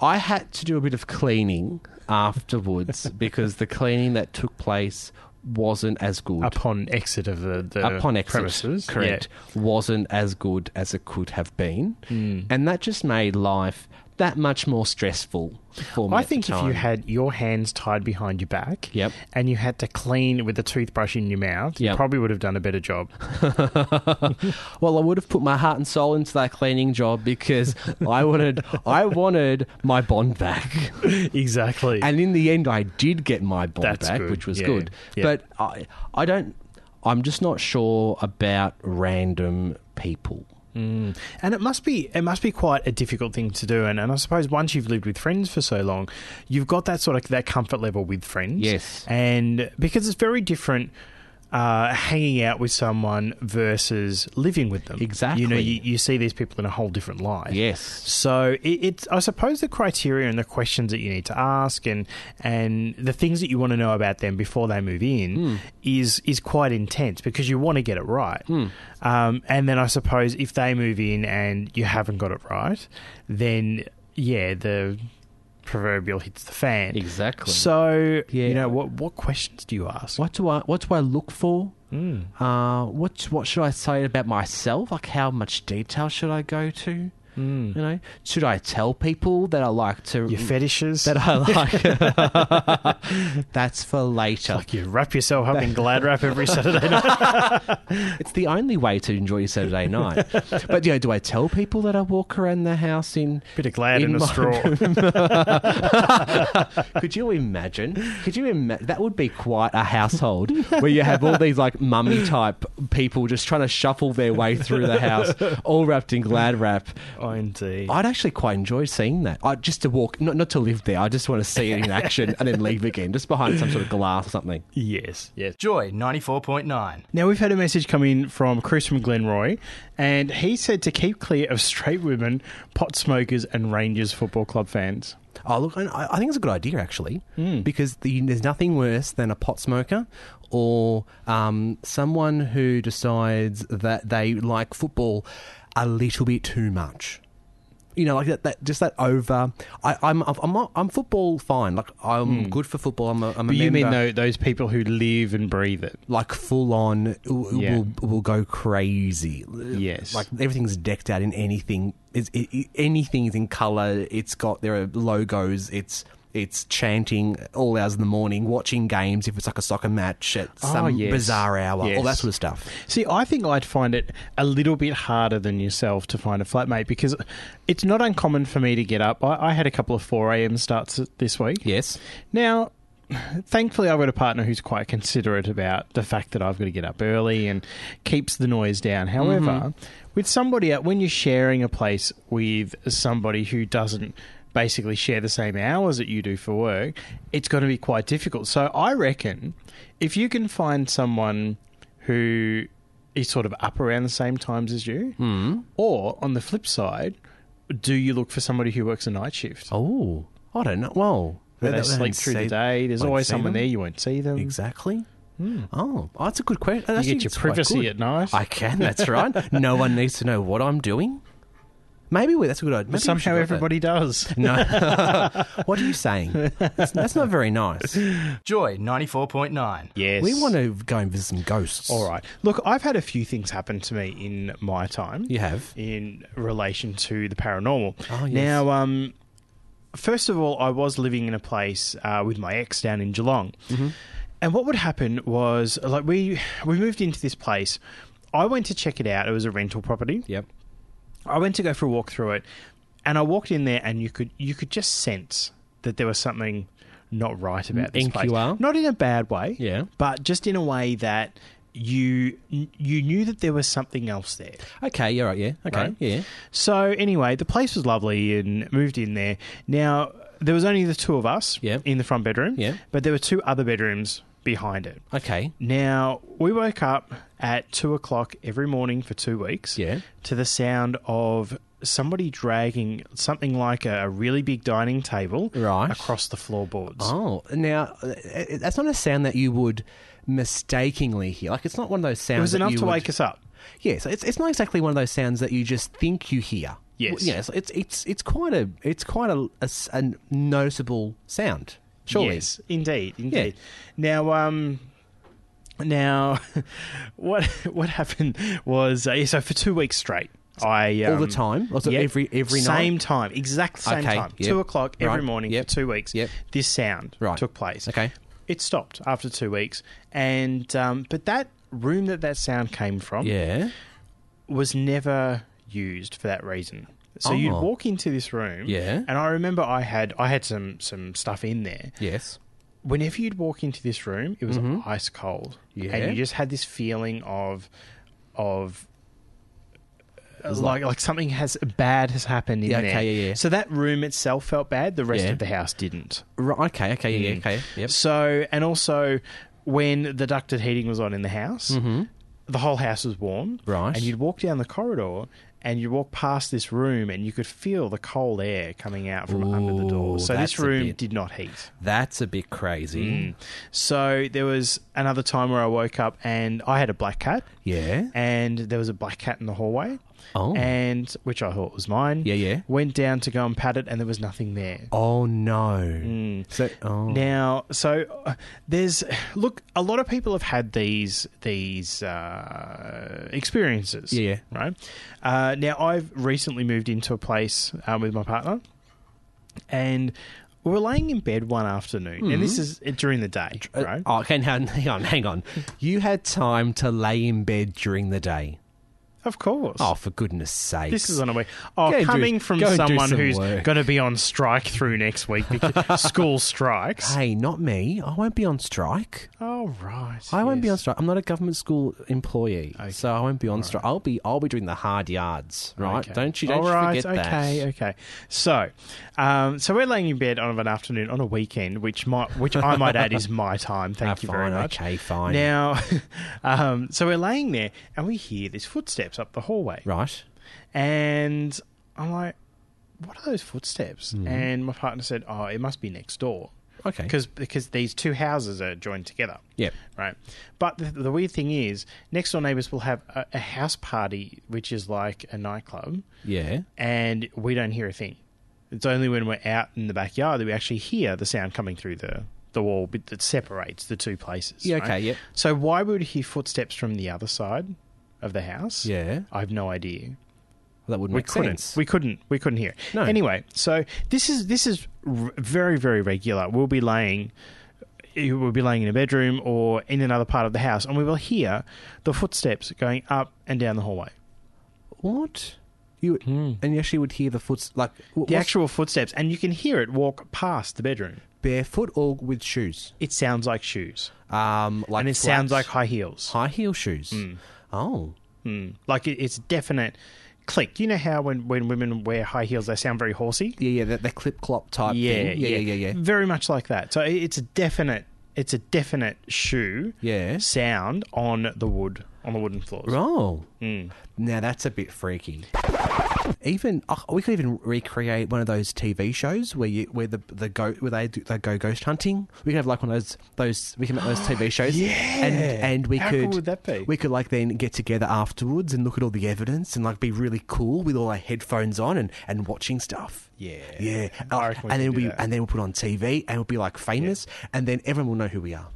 S2: I had to do a bit of cleaning afterwards because the cleaning that took place wasn't as good.
S1: upon exit of the, the
S2: upon exit,
S1: premises.
S2: correct, wasn't as good as it could have been,
S1: Hmm.
S2: and that just made life that much more stressful for
S1: Yeah.
S2: me.
S1: I
S2: at the
S1: think if you
S2: time.
S1: had your hands tied behind your back
S2: Yep.
S1: and you had to clean with a toothbrush in your mouth, you
S2: Yep.
S1: probably would have done a better job.
S2: well, I would have put my heart and soul into that cleaning job because I wanted, I wanted my bond back.
S1: exactly.
S2: And in the end, I did get my bond
S1: That's
S2: back,
S1: good.
S2: which was
S1: Yeah.
S2: good.
S1: Yeah.
S2: But I, I don't. I'm just not sure about random people.
S1: And it must be it must be quite a difficult thing to do. And, and I suppose once you've lived with friends for so long, you've got that sort of that comfort level with friends.
S2: Yes.
S1: And because it's very different uh, hanging out with someone versus living with them. You know,
S2: Exactly.
S1: you, you see these people in a whole different light.
S2: Yes.
S1: So it, it's I suppose the criteria and the questions that you need to ask and and the things that you want to know about them before they move in
S2: Hmm.
S1: is is quite intense because you want to get it right.
S2: Hmm.
S1: Um, and then I suppose if they move in and you haven't got it right, then yeah, the proverbial hits the fan.
S2: Exactly.
S1: So
S2: Yeah.
S1: you know what what questions do you ask?
S2: what do I what do I look for?
S1: Mm.
S2: Uh, what what should I say about myself? Like how much detail should I go to? Mm. You know, should I tell people that I like to
S1: Your fetishes.
S2: that I like? That's for later.
S1: like you wrap yourself up in glad wrap every Saturday night.
S2: it's the only way to enjoy your Saturday night. but you know, do I tell people that I walk around the house in
S1: Bit of glad
S2: in
S1: and a
S2: my-
S1: straw.
S2: Could you imagine? Could you imagine? That would be quite a household where you have all these like mummy type people just trying to shuffle their way through the house, all wrapped in glad wrap.
S1: oh, indeed.
S2: I'd actually quite enjoy seeing that. I, just to walk, not not to live there. I just want to see it in action and then leave again, just behind some sort of glass or something.
S1: yes. Yes.
S3: Joy 94.9.
S1: Now we've had a message come in from Chris from Glenroy, and he said to keep clear of straight women, pot smokers, and Rangers football club fans.
S2: Oh, look, and I, I think it's a good idea actually,
S1: Hmm.
S2: because the, there's nothing worse than a pot smoker or um, someone who decides that they like football a little bit too much. You know, like that, that just that over. I, I'm, I'm, not, I'm football fine. Like I'm good for football. I'm a, I'm a
S1: Hmm. But you mean
S2: member
S1: tho- those people who live and breathe it?
S2: like full on will
S1: Yeah.
S2: will will go crazy.
S1: Yes.
S2: like everything's decked out in anything. Is it, it, anything's in color. It's got there are logos. It's it's chanting all hours in the morning, watching games if it's like a soccer match at
S1: Oh,
S2: some
S1: yes.
S2: bizarre hour, all that
S1: Yes.
S2: sort of stuff.
S1: See, I think I'd find it a little bit harder than yourself to find a flatmate because it's not uncommon for me to get up. I, I had a couple of 4 a.m. starts this week.
S2: Yes,
S1: Now, thankfully, I've got a partner who's quite considerate about the fact that I've got to get up early and keeps the noise down. However,
S2: Mm-hmm.
S1: with somebody, out- when you're sharing a place with somebody who doesn't basically share the same hours that you do for work, it's going to be quite difficult. So I reckon if you can find someone who is sort of up around the same times as you,
S2: Hmm.
S1: or on the flip side, do you look for somebody who works a night shift?
S2: Oh, I don't know. Well,
S1: Where they
S2: that-
S1: sleep
S2: won't
S1: through
S2: see-
S1: the day. There's
S2: won't
S1: always
S2: see
S1: someone
S2: them.
S1: there. You won't see them.
S2: Exactly. Oh, oh, that's a good question.
S1: You get your privacy at night.
S2: I can. That's right. no one needs to know what I'm doing. Maybe we, that's a good idea. Maybe we
S1: But
S2: should
S1: somehow
S2: go with that.
S1: everybody does.
S2: No. what are you saying? That's, that's not very nice.
S3: Joy 94.9.
S1: Yes.
S2: We want to go and visit some ghosts.
S1: All right. Look, I've had a few things happen to me in my time.
S2: You have?
S1: In relation to the paranormal.
S2: Oh, yes.
S1: Now, um, first of all, I was living in a place uh, with my ex down in Geelong.
S2: Mm-hmm.
S1: And what would happen was, like, we, we moved into this place. I went to check it out. It was a rental property.
S2: Yep.
S1: I went to go for a walk through it, and I walked in there, and you could you could just sense that there was something not right about this place.
S2: NQR?
S1: Not in a bad way,
S2: Yeah.
S1: but just in a way that you you knew that there was something else there.
S2: Okay. Yeah. Right. Yeah. Okay.
S1: Right.
S2: Yeah.
S1: So anyway, the place was lovely and moved in there. Now there was only the two of us
S2: Yeah.
S1: in the front bedroom,
S2: Yeah.
S1: but there were two other bedrooms behind it.
S2: Okay.
S1: Now, we woke up at two o'clock every morning for two weeks
S2: Yeah.
S1: to the sound of somebody dragging something like a, a really big dining table
S2: Right.
S1: across the floorboards.
S2: Oh, now uh, uh, that's not a sound that you would mistakenly hear. Like it's not one of those sounds.
S1: It was
S2: that
S1: enough
S2: you
S1: to
S2: would-
S1: wake us up.
S2: Yeah, so it's it's not exactly one of those sounds that you just think you hear.
S1: Yes.
S2: Yeah. It's it's it's, it's quite a it's quite a, a s- a noticeable sound. Surely.
S1: Yes, indeed, indeed. Now, um, now, what what happened was uh, so for two weeks straight, I
S2: All the
S1: um,
S2: time? Also every- every night?
S1: same time, exact same
S2: Okay,
S1: time,
S2: yep.
S1: two o'clock every
S2: Right,
S1: morning
S2: yep,
S1: for two weeks.
S2: yep.
S1: this sound
S2: Right,
S1: took place.
S2: okay.
S1: it stopped after two weeks, and um, but that room that that sound came from,
S2: Yeah.
S1: was never used for that reason. So you'd
S2: Oh.
S1: walk into this room,
S2: Yeah.
S1: and I remember I had I had some some stuff in there,
S2: Yes.
S1: whenever you'd walk into this room, it was ice cold,
S2: Mm-hmm. Yeah.
S1: and you just had this feeling of, of. uh, Like like something has bad has happened in
S2: Yeah,
S1: there.
S2: okay, yeah, yeah.
S1: So that room itself felt bad. The rest
S2: Yeah.
S1: of the house didn't.
S2: Right. Okay. Okay.
S1: Mm.
S2: Yeah. Okay. Yep.
S1: So and also when the ducted heating was on in the house, the whole house was warm.
S2: Mm-hmm. Right.
S1: And you'd walk down the corridor and you'd walk past this room and you could feel the cold air coming out from under the door.
S2: Ooh,
S1: So
S2: that's
S1: this
S2: a
S1: room
S2: bit-
S1: did not heat.
S2: That's a bit
S1: Mm.
S2: crazy.
S1: So there was another time where I woke up and I had a black cat,
S2: Yeah.
S1: and there was a black cat in the hallway.
S2: Oh.
S1: And which I thought was mine.
S2: Yeah, yeah.
S1: Went down to go and pat it, and there was nothing there.
S2: Oh no.
S1: Mm.
S2: So oh.
S1: Now, so uh, there's look, a lot of people have had these these uh, experiences.
S2: Yeah, yeah.
S1: right. Uh, now, I've recently moved into a place um, with my partner, and we were laying in bed one afternoon, and this is during the day,
S2: Uh,
S1: right?
S2: oh, okay, now, hang on, hang on. You had time to lay in bed during the day.
S1: Of course.
S2: Oh, for goodness sake.
S1: This is on a week. Oh,
S2: Go and do-
S1: coming from
S2: go and do
S1: someone
S2: some
S1: who's
S2: work.
S1: going to be on strike through next week because school strikes.
S2: Hey, not me. I won't be on strike.
S1: Oh, right.
S2: I won't be on
S1: yes.
S2: strike. I'm not a government school employee, so I won't be on strike. I'll be I'll be doing the hard yards, right?
S1: Okay.
S2: Don't you don't
S1: All
S2: you
S1: right,
S2: forget that.
S1: okay, okay. So, um, so we're laying in bed on an afternoon on a weekend, which might, which I might add is my time. Thank
S2: Ah,
S1: you very
S2: fine,
S1: much.
S2: okay, fine.
S1: Now, um, so we're laying there and we hear these footsteps up the hallway,
S2: Right.
S1: and I'm like, what are those footsteps? And my partner said, oh, it must be next door.
S2: Mm-hmm. Okay.
S1: Because because these two houses are joined together.
S2: Yep.
S1: Right. But the, the weird thing is, next door neighbors will have a, a house party, which is like a nightclub,
S2: Yeah.
S1: and we don't hear a thing. It's only when we're out in the backyard that we actually hear the sound coming through the, the wall bit that separates the two places.
S2: Yeah,
S1: right?
S2: okay, yep.
S1: So why would we hear footsteps from the other side of the house?
S2: Yeah.
S1: I've no idea
S2: Well, that would
S1: we
S2: make
S1: couldn't.
S2: sense.
S1: We couldn't. We couldn't hear. it.
S2: No.
S1: Anyway, so this is this is r- very very regular. We'll be laying, eh, we'll be laying in a bedroom or in another part of the house, and we will hear the footsteps going up and down the hallway.
S2: what? You and you actually would hear the foot like
S1: The actual footsteps, and you can hear it walk past the bedroom.
S2: barefoot or with shoes.
S1: It sounds like shoes,
S2: Um, like
S1: and it
S2: flats.
S1: sounds like high heels.
S2: high heel shoes. Oh,
S1: Mm. Like it, it's definite click. You know how when when women wear high heels, they sound very horsey.
S2: yeah, yeah, that, that clip clop type. thing. yeah, yeah, yeah, yeah.
S1: Very much like that. So it- it's a definite, it's a definite shoe,
S2: Yeah.
S1: sound on the wood, on the wooden floors.
S2: Oh,
S1: Hmm.
S2: now that's a bit freaky. Even oh, we could even recreate one of those TV shows where you where the the go where they do, they go ghost hunting. We could have like one of those those we can make those TV shows. yeah, and and we
S1: How
S2: could
S1: cool would that be?
S2: we could like then get together afterwards and look at all the evidence and like be really cool with all our headphones on and and watching stuff.
S1: Yeah.
S2: yeah,
S1: I
S2: Uh,
S1: reckon we
S2: and then
S1: should do
S2: we
S1: that.
S2: and then we'll put on TV and we'll be like famous and then everyone will know who we are.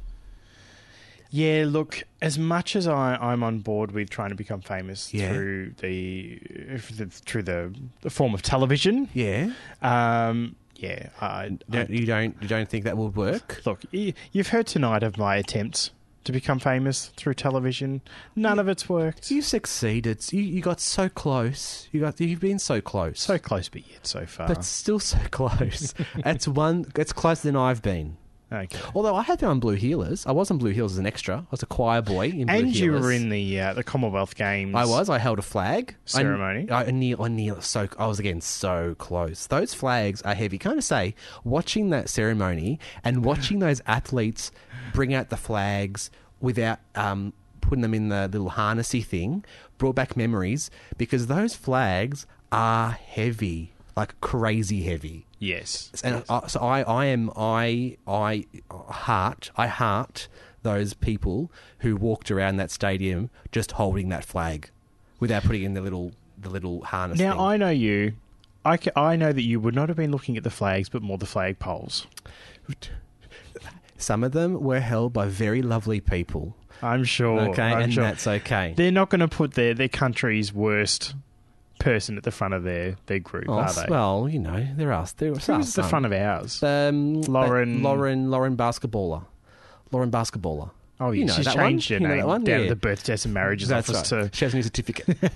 S1: Yeah, look, as much as I, I'm on board with trying to become famous
S2: Yeah.
S1: through the, if the through the, the form of television,
S2: Yeah,
S1: um, yeah, I, I,
S2: Don't- you don't you don't think that will work?
S1: look, y- you've heard tonight of my attempts to become famous through television. None of it's worked.
S2: You succeeded. You, you got so close. You got. You've been so close.
S1: So close, but yet so far.
S2: but still so close. it's one. It's closer than I've been.
S1: okay.
S2: Although I had been on Blue Heelers. I was on Blue Heelers as an extra. I was a choir boy in Blue
S1: and
S2: Heelers.
S1: you were in the uh, the Commonwealth Games.
S2: I was. I held a flag I-
S1: Ceremony.
S2: I, kneel. I kneel. So I was again so close. Those flags are heavy. Kind of say watching that ceremony and watching those athletes bring out the flags without um, putting them in the little harnessy thing brought back memories because those flags are heavy, like crazy heavy.
S1: Yes.
S2: And I, so I, I am, I, I heart, I heart those people who walked around that stadium just holding that flag without putting in the little, the little harness.
S1: Now
S2: thing.
S1: I know you. I, ca- I know that you would not have been looking at the flags, but more the flag poles.
S2: some of them were held by very lovely people.
S1: I'm sure.
S2: Okay,
S1: Oh, I'm
S2: and
S1: sure.
S2: that's okay.
S1: They're not going to put their their country's worst person at the front of their their group,
S2: Oh,
S1: are they?
S2: well, you know, there are there are
S1: Who
S2: some.
S1: was the front of ours?
S2: um,
S1: Lauren-
S2: Lauren, Lauren basketballer, Lauren basketballer.
S1: Oh, yeah,
S2: you know
S1: she's
S2: that
S1: changed
S2: one?
S1: her
S2: You know
S1: name
S2: that one?
S1: down
S2: Yeah.
S1: at the birth, deaths, and marriages office to
S2: She has a new certificate.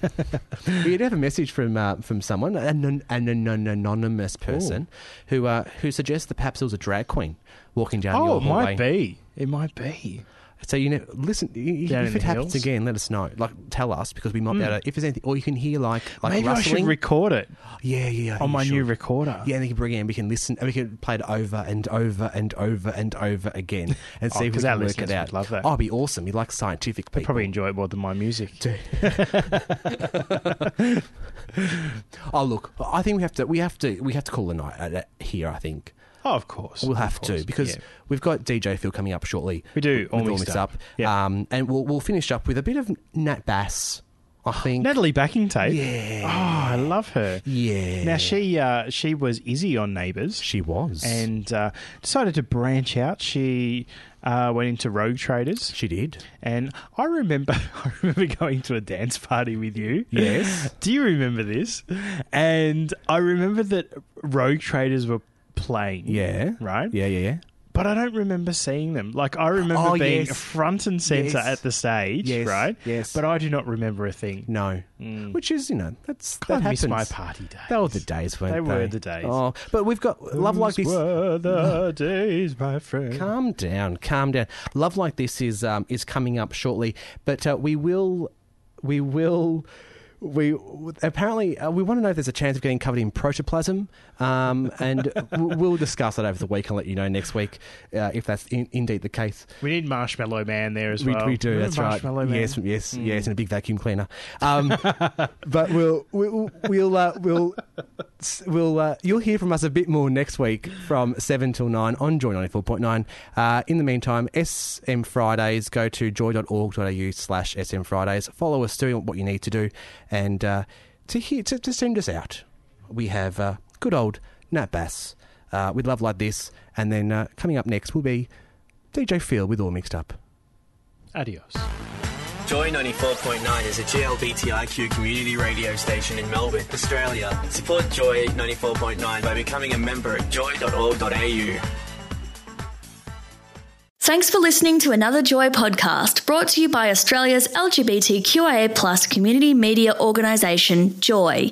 S2: we did have a message from uh, from someone, an, an, an, an anonymous person, who uh, who suggests that perhaps it was a drag queen walking down
S1: Oh,
S2: your
S1: it
S2: hallway.
S1: might be. It might be.
S2: So you know, listen. y- y-
S1: Down in
S2: if
S1: the
S2: it
S1: hills?
S2: happens
S1: Hmm.
S2: again, let us know. Like, tell us because we might be able to. If there's anything, or you can hear like like
S1: Maybe I
S2: rustling.
S1: should record it
S2: yeah, yeah. I think
S1: on
S2: you
S1: my new
S2: should.
S1: recorder.
S2: Yeah, and we can bring it in. We can listen, and we can play it over and over and over and over again, and
S1: Oh,
S2: see if we
S1: 'cause our
S2: can work
S1: listeners
S2: it out.
S1: would love that.
S2: Oh, it'd be awesome. You like scientific people?
S1: I'd probably enjoy it more than my music.
S2: Oh look, I think we have to we have to we have to call a night at it here. I think
S1: Oh, of course.
S2: we'll
S1: of
S2: have to
S1: course.
S2: because
S1: Yeah.
S2: we've got DJ Phil coming up shortly.
S1: We do,
S2: with
S1: All
S2: all
S1: Mixed
S2: mixed
S1: Up.
S2: up,
S1: Yeah.
S2: um, and we'll we'll finish up with a bit of Nat Bass. I think
S1: Natalie backing tape.
S2: Yeah.
S1: Oh, I love her.
S2: Yeah.
S1: Now she uh, she was Izzy on Neighbours.
S2: she was
S1: and uh, decided to branch out. She uh, went into Rogue Traders.
S2: she did.
S1: And I remember, I remember going to a dance party with you.
S2: Yes.
S1: Do you remember this? And I remember that Rogue Traders were playing.
S2: Yeah.
S1: Right.
S2: Yeah. Yeah. Yeah.
S1: But I don't remember seeing them. Like I remember
S2: Oh,
S1: being
S2: yes.
S1: front and center
S2: Yes.
S1: at the stage.
S2: Yes.
S1: Right.
S2: Yes.
S1: But I do not remember a thing.
S2: No. Which is you know that's
S1: I
S2: that
S1: miss
S2: happens.
S1: Mm. my party days.
S2: They were the days, weren't
S1: They
S2: they?
S1: were the days.
S2: Oh, but we've got love like
S1: Those
S2: this.
S1: were the days, my friend.
S2: Calm down, calm down. Love like this is um, is coming up shortly, but uh, we will, we will, we apparently uh, we want to know if there's a chance of getting covered in protoplasm. Um, and w- we'll discuss that over the week and let you know next week uh, if that's in- indeed the case.
S1: We need Marshmallow Man there as
S2: We,
S1: well. Hmm.
S2: we do.
S1: Remember
S2: That's right.
S1: Marshmallow Man.
S2: Yes, yes, yes, and a big vacuum cleaner. Um, but we'll we'll we'll uh, we'll, s- we'll uh, you'll hear from us a bit more next week from seven till nine on Joy ninety four point nine. Uh, in the meantime, SM Fridays go to joy.org.au slash SM Fridays. Follow us, do what you need to do, and uh, to hear to, to send us out. We have uh, good old Nat Bass uh, with love like this, and then uh, coming up next will be DJ Phil with all mixed up.
S1: Adios.
S4: Joy 94.9 is a GLBTIQ community radio station in Melbourne, Australia. Support Joy 94.9 by becoming a member at joy.org.au.
S5: Thanks for listening to another Joy podcast brought to you by Australia's LGBTQIA community media organisation, Joy.